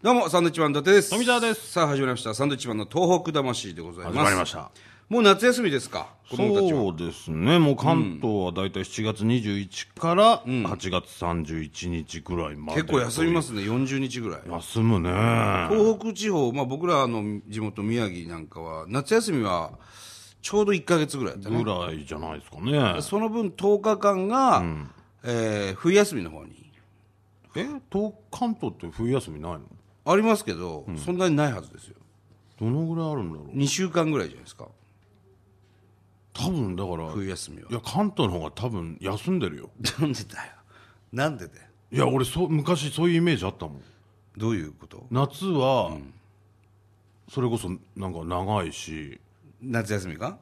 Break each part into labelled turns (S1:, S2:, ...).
S1: どうも、サンドウィッチマン伊達です。
S2: 富澤です。
S1: さあ、始まりました。サンドウィッチマンの東北魂でございます。
S2: 始まりました。
S1: もう夏休みですか子供たちは。
S2: そうですね、もう関東はだいたい7月21から8月31日ぐらいまで、
S1: 結構休みますね、40日ぐらい。
S2: 休むね、
S1: 東北地方、まあ僕らの地元宮城なんかは、夏休みはちょうど1ヶ月ぐらいだったね。
S2: ぐらいじゃないですかね、
S1: その分10日間が、えー冬休みの方に。
S2: え東関東って冬休みないの、
S1: ありますけど、そんなにないはずですよ。
S2: どのぐらいあるんだろう、
S1: 2週間ぐらいじゃないですか。
S2: 多分だから、
S1: 冬休みは。
S2: いや、関東の方が多分休んでるよ、
S1: なんでだよ。なんでだよ。
S2: いや、俺そう、昔そういうイメージあったもん、
S1: どういうこと
S2: 夏は、それこそなんか長いし、
S1: 夏休みか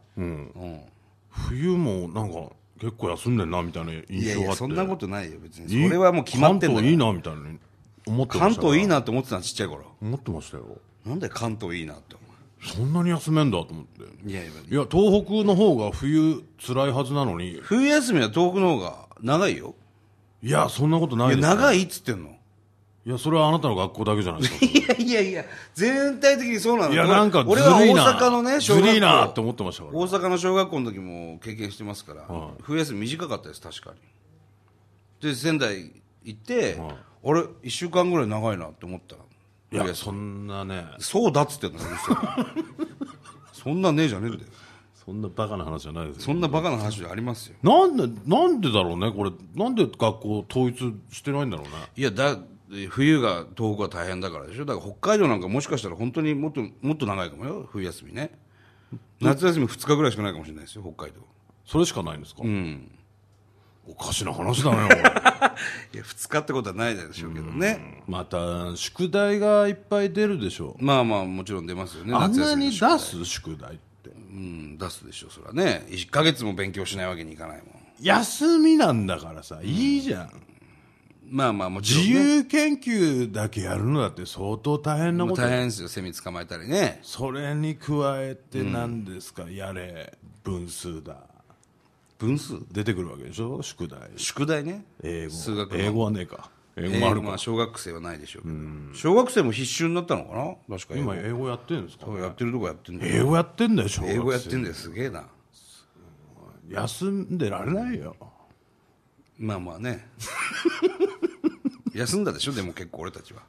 S2: 冬もなんか、結構休んでんなみたいな印
S1: いや
S2: 象
S1: い
S2: があ
S1: や、
S2: って。
S1: そんなことないよ、別に。それはもう決まってんだ
S2: 関
S1: よ
S2: 東いいなみたいに思ってま
S1: 関
S2: した
S1: 東いいなって思ってたのちっちゃい頃
S2: 思ってましたよ
S1: なんで関東いいなって思
S2: そんなに休めんだと思って
S1: ういやいや
S2: いや東北の方が冬辛いはずなのに
S1: 冬休みは東北の方が長いよ
S2: いやそんなことない
S1: いや
S2: です
S1: 長いっつってんの
S2: いやそれはあなたの学校だけじゃないですか
S1: いやいやいや全体的にそうなの
S2: いやなんかず
S1: 俺は
S2: るいな
S1: 大阪のね小
S2: ず
S1: 学校
S2: るいなって思ってましたから
S1: 大阪の小学校の時も経験してますから、冬休み短かったです確かにで仙台行って、あれ1週間ぐらい長いなって思ったら
S2: いやそんなね
S1: そうだっつってんのうるせえ そんなねえじゃねえんだよ
S2: そんなバカな話じゃないです
S1: そ
S2: よ
S1: んなバカな話じゃありますよ
S2: なんでなんでだろうねこれなんで学校統一してないんだろうね
S1: いやだ冬が東北は大変だからでしょだから北海道なんかもしかしたら本当にもっともっと長いかもよ冬休みね夏休み2日ぐらいしかないかもしれないですよ北海道
S2: それしかないんですかおかしな話だねこれ
S1: いや2日ってことはないでしょうけどね
S2: また宿題がいっぱい出るでしょ
S1: まあまあもちろん出ますよね
S2: あん
S1: 夏
S2: な
S1: 休み
S2: に
S1: の宿
S2: 出す宿題っ
S1: う
S2: て
S1: ん出すでしょうそれはね1か月も勉強しないわけにいかないもん
S2: 休みなんだからさいいじゃん、
S1: まあまあもちろん、
S2: 自
S1: ね、
S2: 由研究だけやるのだって相当大変な
S1: も
S2: こ
S1: う
S2: とよ
S1: 大変ですよセミ捕まえたりね
S2: それに加えて何ですか、やれ分数だ
S1: 分数
S2: 出てくるわけでしょ宿題
S1: 宿題ね
S2: 英語
S1: 数学の
S2: 英語はねえか英語
S1: 英
S2: もあ
S1: 語
S2: るか
S1: まあ小学生はないでしょうけど、小学生も必修になったのかな確か英語
S2: 今英語やってるんですか
S1: やってるとこやってんだよ
S2: 英語やってんだよ小学生
S1: 英語やってんだよすげえな
S2: 休んでられないよ
S1: まあまあね休んだでしょでも結構俺たちは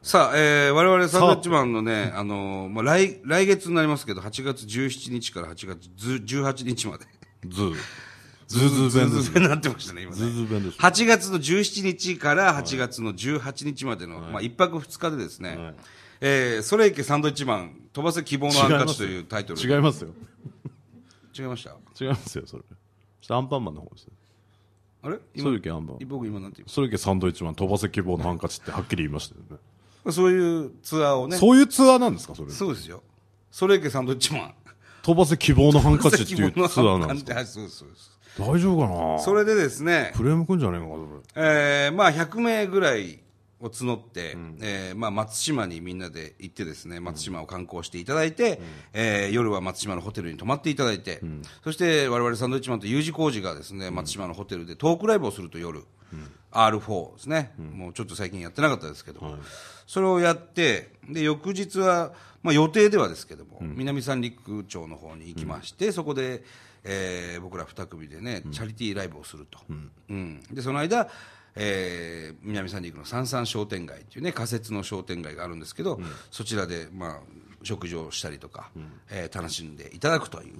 S1: さあ、えー、我々サンドウィッチマンのね、あのーまあ、来来月になりますけど8月17日から8月18日まで
S2: ズーズーズー弁です
S1: ずっとなってましたね今ね
S2: ズーズー弁です
S1: 8月の17日から8月の18日までの、まあ、1泊2日でですね、えー、ソレイケサンドウィッチマン飛ばせ希望のハンカチというタイトル
S2: 違いますよ
S1: 違いました
S2: 違いますよそれちょっとアンパンマンの方です
S1: あれ
S2: そ
S1: 今
S2: れけアンパン
S1: 僕今なんて言いま
S2: それけサンドイッチマン飛ばせ希望のハンカチってはっきり言いましたよね
S1: したそういうツアーをね
S2: そういうツアーなんですかそれ
S1: そうですよ。それいけサンドウィッチマン。
S2: 飛ばせ希望のハンカチっていうツアーなん ですか
S1: はいそうですそうです
S2: 大丈夫かな
S1: それでですね、
S2: クレームくんじゃねえのかそれ
S1: えーまあ100名ぐらいを募って、えーまあ松島にみんなで行ってですね、松島を観光していただいて、えー夜は松島のホテルに泊まっていただいて、そして我々サンドウィッチマンと U 字工事がですね、松島のホテルでトークライブをすると夜、R4 ですね、もうちょっと最近やってなかったですけど、それをやって、で、翌日は、まあ予定ではですけども、南三陸町の方に行きまして、そこで、えー僕ら二組でね、チャリティーライブをすると。うんで、その間、えー南三陸の三三商店街っていうね、仮設の商店街があるんですけど、そちらで、まあ、食事をしたりとか、えー楽しんでいただくという。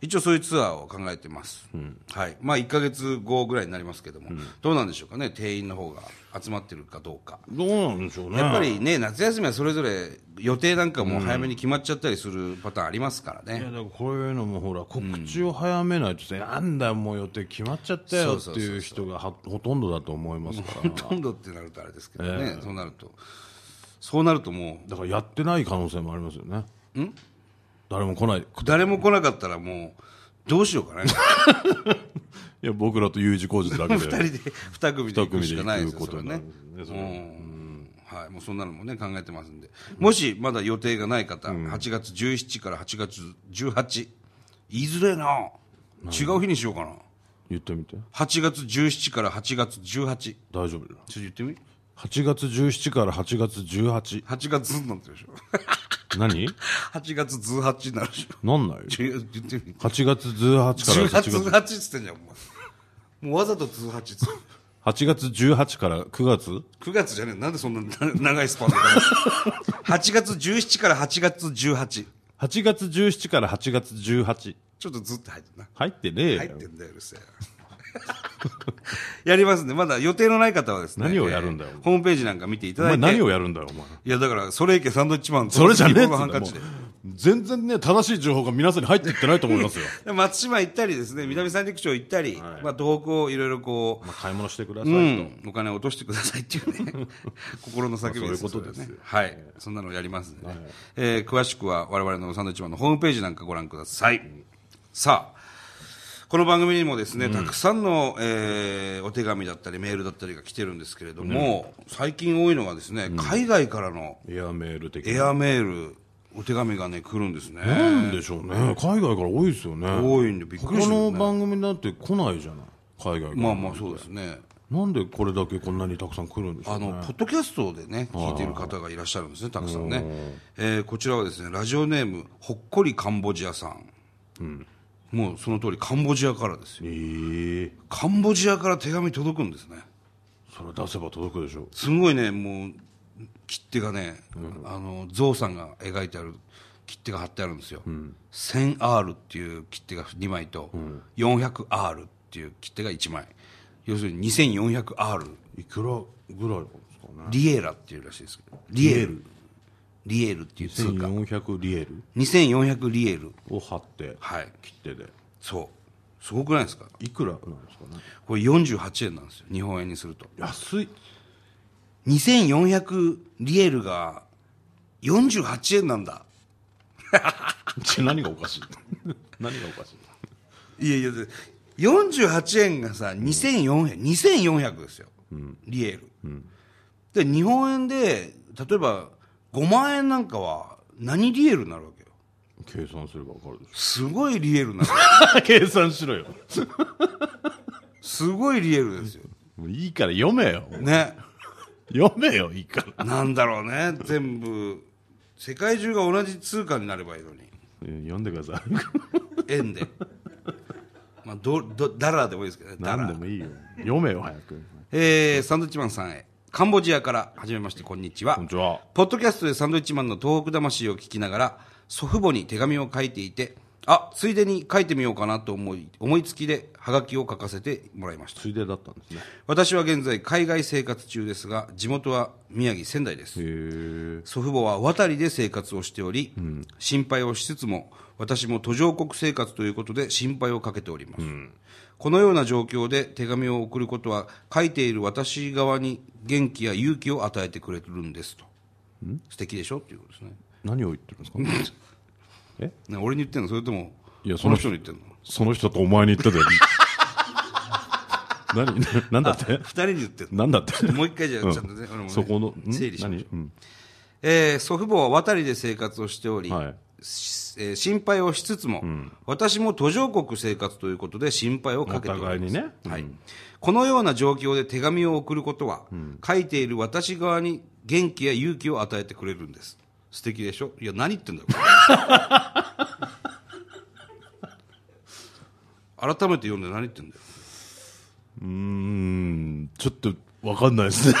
S1: 一応そういうツアーを考えてます、はいまあ、1か月後ぐらいになりますけども、どうなんでしょうかね、定員の方が集まってるかどうか、
S2: どうなんでしょうね
S1: やっぱりね、夏休みはそれぞれ予定なんかも早めに決まっちゃったりするパターンありますから
S2: いや
S1: ね、
S2: だからこういうのもほら告知を早めないとさ、なんだよもう予定決まっちゃったよっていう人がはほとんどだと思いますか
S1: ほ
S2: ら
S1: とんどってなるとあれですけどね、そうなると、そうなるとも、
S2: だからやってない可能性もありますよね誰も来ないう
S1: 誰も来なかったらもう、どうしよう かね、
S2: いや僕らと U 字工事だけで
S1: 2人で2組で行くしかないですよ、
S2: 二
S1: それ
S2: 組
S1: はね
S2: で行く。ことになりますねそれは
S1: うんはい、もうそんなのもね考えてますんで、もしまだ予定がない方、8月17から8月18言いづれえな違う日にしようかな
S2: 言ってみて
S1: 8月17から8月18ちょっ
S2: 大丈夫だよ
S1: と言ってみ
S2: 8月17から8月18
S1: 8月になってるでしょ。
S2: 何
S1: 8月18になるでしょ。
S2: なんないよ
S1: 違う言ってみ
S2: 8月18から
S1: 18月
S2: 8月
S1: 18っつってんじゃん、お前。もうわざと18っつって。
S2: 8月18から9月
S1: 9月じゃねえ。なんでそんなな長いスパンで。8月17から8月18。
S2: 8月17から8月18
S1: ちょっとずっと入ってんな。
S2: 入ってねえよ
S1: 入ってんだよ、うるせえ。 やりますね。まだ予定のない方はですね。
S2: 何をやるんだよ
S1: えーホームページなんか見ていた
S2: お
S1: だい
S2: 前
S1: て。
S2: 何をやるんだよお前
S1: いや、だから、それいけサンドイッチマン。
S2: それじゃねえっつう
S1: ボールハン
S2: んだ
S1: カ
S2: よ
S1: チ
S2: もう
S1: で。
S2: 全然ね正しい情報が皆さんに入っていってないと思い ますよ
S1: で松島行ったりですね、南三陸町行ったり、まあ、東北をいろいろこ
S2: まあ買い物してくださ
S1: う、
S2: いと、
S1: うん、お金を落としてくださいっていうね、 心の叫びです
S2: まあそういうこと
S1: れは
S2: ですよ
S1: はい、そんなのやりますんでね。えー詳しくは我々のサンドウィッチマンのホームページなんかご覧ください。さあ、この番組にもですね、たくさんの、えーお手紙だったりメールだったりが来てるんですけれども、最近多いのがですね、海外からの
S2: エアメール的
S1: エ
S2: な
S1: アメール、お手紙がね、来るんですね。
S2: なんでしょうね海外から多いですよね
S1: 多いんでびっくりするよ
S2: 他の
S1: ね
S2: 番組なんて来ないじゃない海外から、
S1: まあまあそうですね。
S2: なんでこれだけこんなにたくさん来るんでしょ
S1: あ
S2: うね
S1: の、ポッドキャストでね、聞いている方がいらっしゃるんですね、たくさんね。えーこちらはですね、ラジオネーム、ほっこりカンボジアさん。もうその通り、カンボジアからですよ。
S2: ええ
S1: カンボジアから手紙届くんですね。
S2: それ出せば届くでしょう
S1: すごいね、もう、切手がね、あの、ゾウさんが描いてある切手が貼ってあるんですよ。1000R っていう切手が2枚と、400R っていう切手が1枚。要するに 2400R。
S2: いくらぐらいなんですかね
S1: リエラっていうらしいですけど。リエル。リエルっていう通貨。
S2: 1400リエル
S1: 2400リエル。
S2: を貼って
S1: はい。
S2: 切手で
S1: そう。すごくないですか
S2: いくらなんですかね
S1: これ48円なんですよ。日本円にすると。
S2: 安い
S1: 2400リエルが48円なんだ。
S2: ち何がおかしい 何がおかしい
S1: いやいや、で48円がさ、2400、2400ですよ。リエル。で、日本円で、例えば5万円なんかは何リエルになるわけよ。
S2: 計算すればわかるです
S1: ごいリエルなの。
S2: しょ 計算しろよ
S1: すごいリエルですよ。
S2: もういいから読めよ
S1: ね。
S2: 読めよいいから
S1: なんだろうね、全部、世界中が同じ通貨になればいいのに、
S2: えー読んでくださ
S1: 円で、まあ、どどダラーでもいいですけどね、
S2: い
S1: ダ
S2: 何で
S1: ラー
S2: もいいよ読めよ早く
S1: えー、サンドイッチマンさんへ、カンボジアから、はじめまして、こんにちは。
S2: こんにちは
S1: ポッドキャストでサンドイッチマンの東北魂を聞きながら、祖父母に手紙を書いていて、あついでに書いてみようかなと思い、思いつきで、はがきを書かせてもらいました。
S2: ついでだったんですね
S1: 私は現在、海外生活中ですが、地元は宮城、仙台です。
S2: へえ
S1: 祖父母は渡りで生活をしており、心配をしつつも、私も途上国生活ということで心配をかけております。このような状況で手紙を送ることは、書いている私側に元気や勇気を与えてくれるんですと。素敵でしょっていうことですね。
S2: 何を言ってるんですかえ
S1: ね俺に言ってんのそれとも、
S2: いやそ
S1: この
S2: の
S1: 人
S2: 人
S1: に言ってんの
S2: その人とお前に言ったで 何何だって
S1: 二人に言ってんの
S2: 何だって
S1: もう一回じゃあちゃんとね、俺もね
S2: そこのん
S1: 整理しましょう
S2: 何うん
S1: えー祖父母は渡りで生活をしており、
S2: はい
S1: しえー心配をしつつも、私も途上国生活ということで心配をかけております
S2: お互いにね
S1: はいこのような状況で手紙を送ることは、書いている私側に元気や勇気を与えてくれるんです素敵でしょいや何言ってんだよ これ改めて読んで何言ってんだよ
S2: うーんちょっとわかんないですね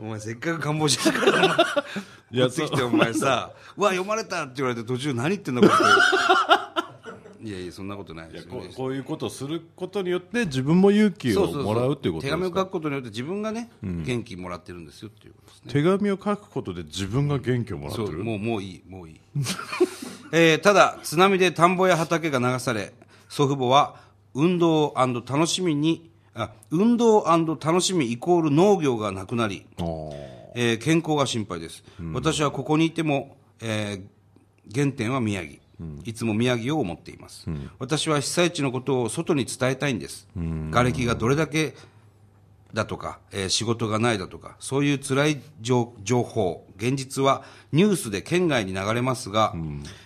S1: お前せっかくカンボジアから
S2: いや
S1: 持ってきてお前 さ「うわ読まれた」って言われて途中何言ってんだこれいやいや そんなことないですよ
S2: こうこういうことをすることによって自分も勇気
S1: そう
S2: を
S1: そうそう
S2: もらうっていうこと
S1: 手
S2: です
S1: 紙を
S2: か
S1: 書くことによって自分がね、元気もらってるんですよっていうことですね
S2: 手紙を書くことで自分が元気をもらっ
S1: そ
S2: て
S1: う
S2: る
S1: もうもういいもうい い、えーただ津波で田んぼや畑が流され祖父母は運動楽しみにあ運動楽しみイコール農業がなくなり
S2: あー
S1: えー健康が心配です、私はここにいても、えー原点は宮城、いつも宮城を思っています、私は被災地のことを外に伝えたいんです、瓦礫がどれだけだとか、えー仕事がないだとか、そういう辛い情情報、現実はニュースで県外に流れますが、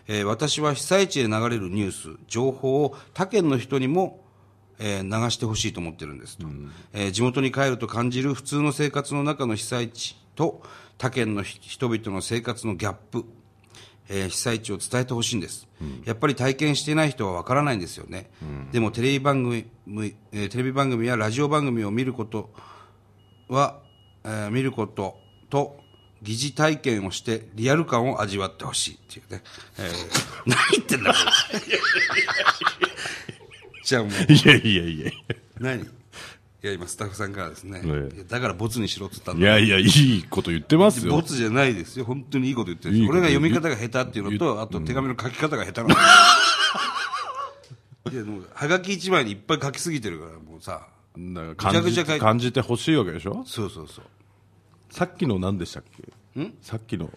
S1: えー私は被災地で流れるニュース、情報を他県の人にも、えー流してほしいと思ってるんですと、えー地元に帰ると感じる普通の生活の中の被災地と他県のひ人々の生活のギャップ、えー被災地を伝えてほしいんです、やっぱり体験していない人はわからないんですよね、でもテレビ番組、えーテレビ番組やラジオ番組を見ることは、えー見ることと疑似体験をしてリアル感を味わってほしいっていうね、えー 何言ってんだこれじゃあもう
S2: いやいやいやい
S1: 何いや今スタッフさんからですね、
S2: ええ
S1: いやだからボツにしろって言ったんだ
S2: やいやいやいいこと言ってます
S1: ボ
S2: よ
S1: ツじゃないですよ本当にいいこと言ってるんです
S2: いいこと
S1: 俺が読み方が下手っていうのとあと手紙の書き方が下手なの、 いやでもはがき一枚にいっぱい書きすぎてるからもうさ
S2: だ
S1: から
S2: 感
S1: ぐちゃ
S2: じ
S1: ぐちゃ書いて
S2: 感じてほしいわけでしょ
S1: そうそうそう
S2: さっきの何でしたっけさっきの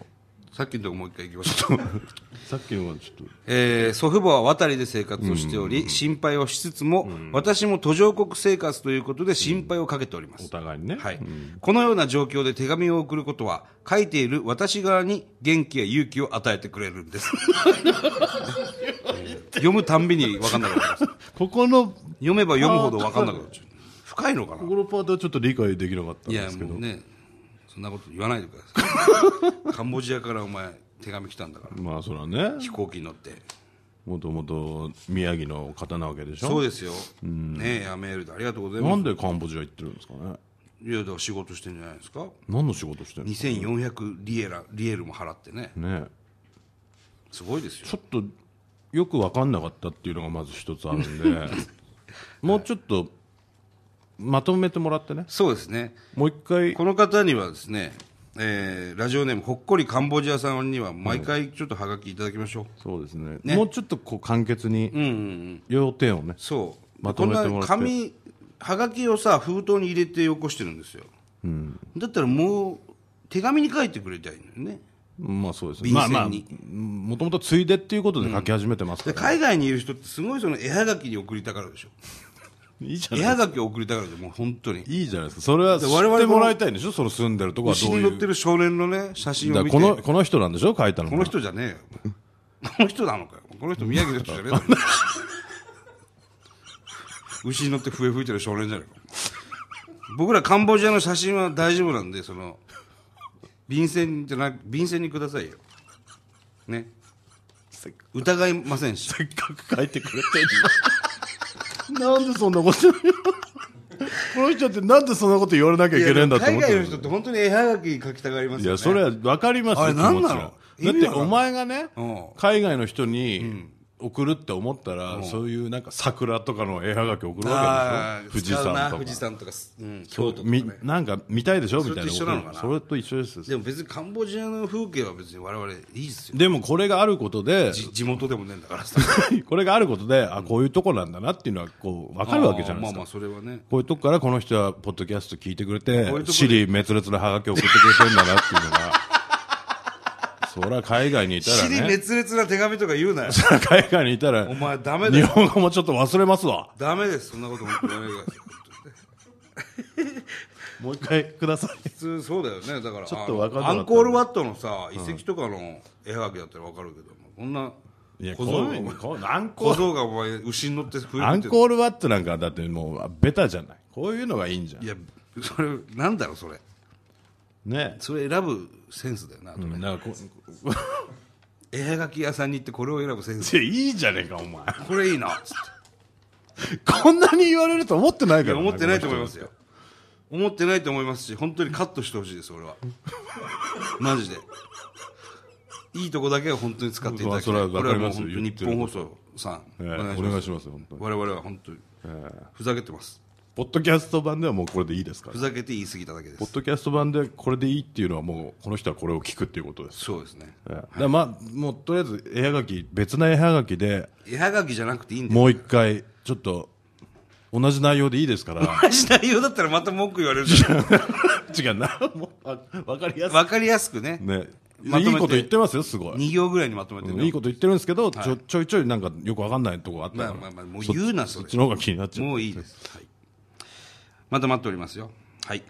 S1: さっきのとこもう一回行きましょう
S2: さっきのはちょっと
S1: えー祖父母は渡りで生活をしており、心配をしつつも、私も途上国生活ということで心配をかけております
S2: お。互いにね、
S1: はい、このような状況で手紙を送ることは、書いている私側に元気や勇気を与えてくれるんです。 読むたんびに分かんなくなります。
S2: ここの
S1: 読めば読むほど分かんなくなっちゃう。深いのかな
S2: ここのパートはちょっと理解できなかったん
S1: い
S2: で
S1: や、
S2: すけど
S1: もうね、そんなこと言わないでください。カンボジアからお前、手紙来たんだから、
S2: まあそれはね
S1: 飛行機に乗って。
S2: もともと宮城の方なわけでしょ
S1: そうですよ。ねえ、やメールでありがとうございます
S2: な。んでカンボジア行ってるんですかね
S1: いやだから仕事してんじゃないですか
S2: 何の仕事してるんですか
S1: 2400リエラリエルも払ってね
S2: ね
S1: すごいですよ
S2: ちょっとよく分かんなかったっていうのがまず一つあるん でもうちょっとまとめてもらってね
S1: そうですね
S2: もう一回
S1: この方にはですね、えーラジオネームほっこりカンボジアさんには毎回ちょっとハガキいただきましょう、
S2: そうですねもうちょっとこう簡潔に
S1: うんうんうん
S2: 要点をね
S1: そう
S2: まとめてもらって
S1: こんな紙ハガキをさ封筒に入れてよこしてるんですよ、だったらもう手紙に書いてくれたらいいのよね
S2: まあそうですね
S1: 便
S2: まあ
S1: 箋に
S2: まあもともとついでっていうことで書き始めてます
S1: で
S2: から、
S1: 海外にいる人ってすごいその絵はがきに送りたがるでしょ
S2: いいじゃ
S1: 絵
S2: ない
S1: はがきを送りたがるでもう本当に
S2: いいじゃないですかそれは知
S1: 我々この
S2: ってもらいたいんでしょその住んでるとこは
S1: 牛
S2: どう
S1: に
S2: い
S1: 乗って
S2: う
S1: る少年のね写真
S2: だ
S1: を
S2: から
S1: 見て
S2: このこの人なんでしょ書いたの
S1: こ
S2: が
S1: の人じゃねえよ。この人なのかよ。この人宮城の人じゃねえ だろ。牛に乗って笛吹いてる少年じゃねえか。僕らカンボジアの写真は大丈夫なんで、その、便箋じゃなく、便箋にくださいよ。ね。疑いませんし。
S2: せっかく書いてくれてんの なんでそんなこと言うこの人ってなんでそんなこと言われなきゃいけないんだと思
S1: 海
S2: って
S1: 外
S2: る
S1: の人って本当に絵はがき書きたがりますよね。
S2: いやそれは分かりますよ
S1: あれ
S2: 気持ちは
S1: なんなの意
S2: だっ
S1: 味
S2: て
S1: わかんない
S2: お前がね
S1: うん
S2: 海外の人に送るって思ったらそういうなんか桜とかの絵はがき送るわ
S1: あ
S2: け
S1: ー
S2: でし
S1: 使
S2: ょ
S1: うな
S2: 富
S1: 富士
S2: 士山とか
S1: 山とか、うん、京都とか、
S2: み
S1: ね。
S2: なんか見たいでしょみたい
S1: それ
S2: な
S1: と一緒なのかな
S2: それと一緒です
S1: でも別にカンボジアの風景は別に我々いいですよ。
S2: でもこれがあることで
S1: じ地元でもねえんだ からさ。
S2: これがあることであこういうとこなんだなっていうのはこう分かるわけじゃないで
S1: まあ
S2: すか
S1: まあそれはね
S2: こういうとこからこの人はポッドキャスト聞いてくれ
S1: こ
S2: て
S1: ういうとこ、で
S2: シリ滅裂なハガキ送ってくれてんだなっていうの が、そりゃ海外にいたら
S1: 尻
S2: ね、
S1: 滅裂な手紙とか言う なよ
S2: 海外にいたら
S1: お、前ダメだ
S2: 日
S1: よ
S2: 本語もちょっと忘れますわ。
S1: ダメですそんなこと本当にやめてください
S2: もう一回ください。
S1: 普通そうだよねだから
S2: ちょっとわかんなか
S1: あ
S2: った
S1: のアンコールワットのさ遺跡とかの絵はがきだったらわかるけどこんない
S2: や、
S1: 小
S2: こ
S1: 僧が
S2: の、このアンコ
S1: 小
S2: ール、
S1: 僧がお前牛に乗って増
S2: ア
S1: え
S2: ン
S1: て
S2: コールワットなんかだってもう、ベタじゃない。こういうのがいいんじゃん
S1: い。やそれなんだろうそれ
S2: ね。
S1: それ選ぶセンスだよな、あと
S2: うんなんかこ
S1: 絵はがき屋さんに行ってこれを選ぶセンス
S2: いやいいじゃねえか、お前。
S1: これいいなつっ
S2: こんなに言われると思ってない
S1: て
S2: か
S1: い
S2: ら
S1: や思ってないと思いますよ思ってないと思いますし本当にカットしてほしいです俺は マジでいいとこだけは本当に使っていただきたい、
S2: まあそれは
S1: こ
S2: わ
S1: れ
S2: か
S1: は
S2: り
S1: もう
S2: ます
S1: 本当に日本放送さん、
S2: ええお願いしますよ、本当に。
S1: 我々は本当に、ふざけてます
S2: ポッドキャスト版ではもうこれでいいですから
S1: ふ。ざけて言い過ぎただけで
S2: ポッ
S1: す
S2: ドキャスト版でこれでいいっていうのはもうこの人はこれを聞くっていうことです、
S1: そうですね
S2: ええだからまあもうとりあえず絵はがき別な絵はがきで
S1: 絵はがきじゃなくていいんだよ
S2: もう一回ちょっと同じ内容でいいですから
S1: 同じ内容だったらまた文句言われるじゃん
S2: 違うなもうわわかりやす
S1: 分かりやすくね
S2: い、ね、
S1: まとめて
S2: いいこと言ってますよすごい、
S1: 2行ぐらいにまとめてね、
S2: いいこと言ってるんですけど、ちょちょいちょいなんかよくわかんないとこがあったか
S1: ま
S2: ら、
S1: あまあまあもう言うなそ
S2: そ
S1: れ
S2: っちの方が気になっちゃう
S1: もういいです、はい、また待っておりますよはい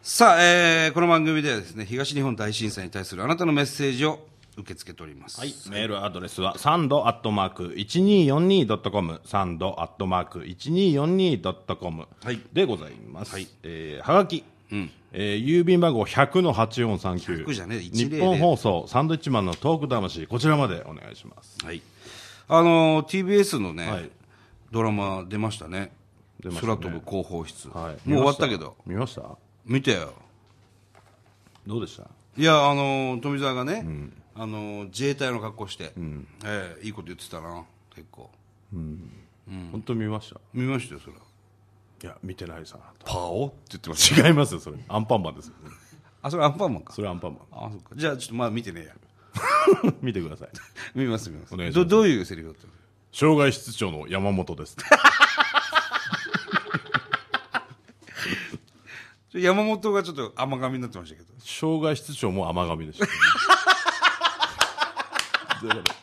S1: さあ、えーこの番組ではですね東日本大震災に対するあなたのメッセージを受け付けております。
S2: はい、メールアドレスはサンドアットマーク 1242.com サンドアットマーク 1242.com
S1: はい
S2: でございます、はいえーはがき、えー郵便番号100の8439
S1: 100じゃねえ100
S2: 日本放送サンドイッチマンのトーク魂こちらまでお願いします
S1: はい。あのー TBS のね、
S2: はい
S1: ドラマ出ましたね。
S2: 出ましたね
S1: 空飛ぶ広報室、
S2: はい
S1: もう終わったけど。
S2: 見ました見まし
S1: 見てよ。
S2: たどうでした
S1: いや、あのー富澤がね、あのー自衛隊の格好して、ええいいこと言ってたな、結構。
S2: 本当見ました
S1: 見ましたよ、それは。
S2: いや見てないさ
S1: パオって言ってまし
S2: 違いますよそれアンパンマンですよ
S1: た。あ、それアンパンマンか。
S2: それアンパンマ
S1: あ、そっか。じゃあ、ちょっとまだ見てねえや。
S2: ン 見てください
S1: 見ます、見ます。
S2: お願いしま
S1: ど
S2: す
S1: どういうセリフだったの
S2: 障害室長の山本です
S1: ちょ山本がちょっと甘噛みになってましたけど。
S2: 障害室長も甘神でした、だか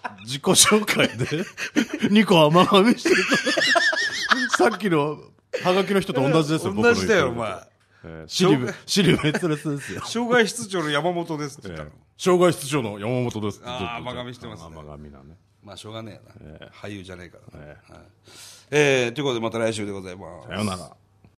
S2: ら自己紹介で 2個甘神してるからさっきのハガキの人と同じですよ僕の
S1: 同じだよ、お
S2: 言ってる
S1: 前。
S2: えーシリブシリブ滅裂で すよ
S1: 障害室長の山本ですって言ったの。
S2: 障害室長の山本です
S1: あー甘噛みしてますね
S2: 甘神なね
S1: まあしょうがねえな、俳優じゃねえからな、
S2: え
S1: はいえーということでまた来週でございます
S2: さよなら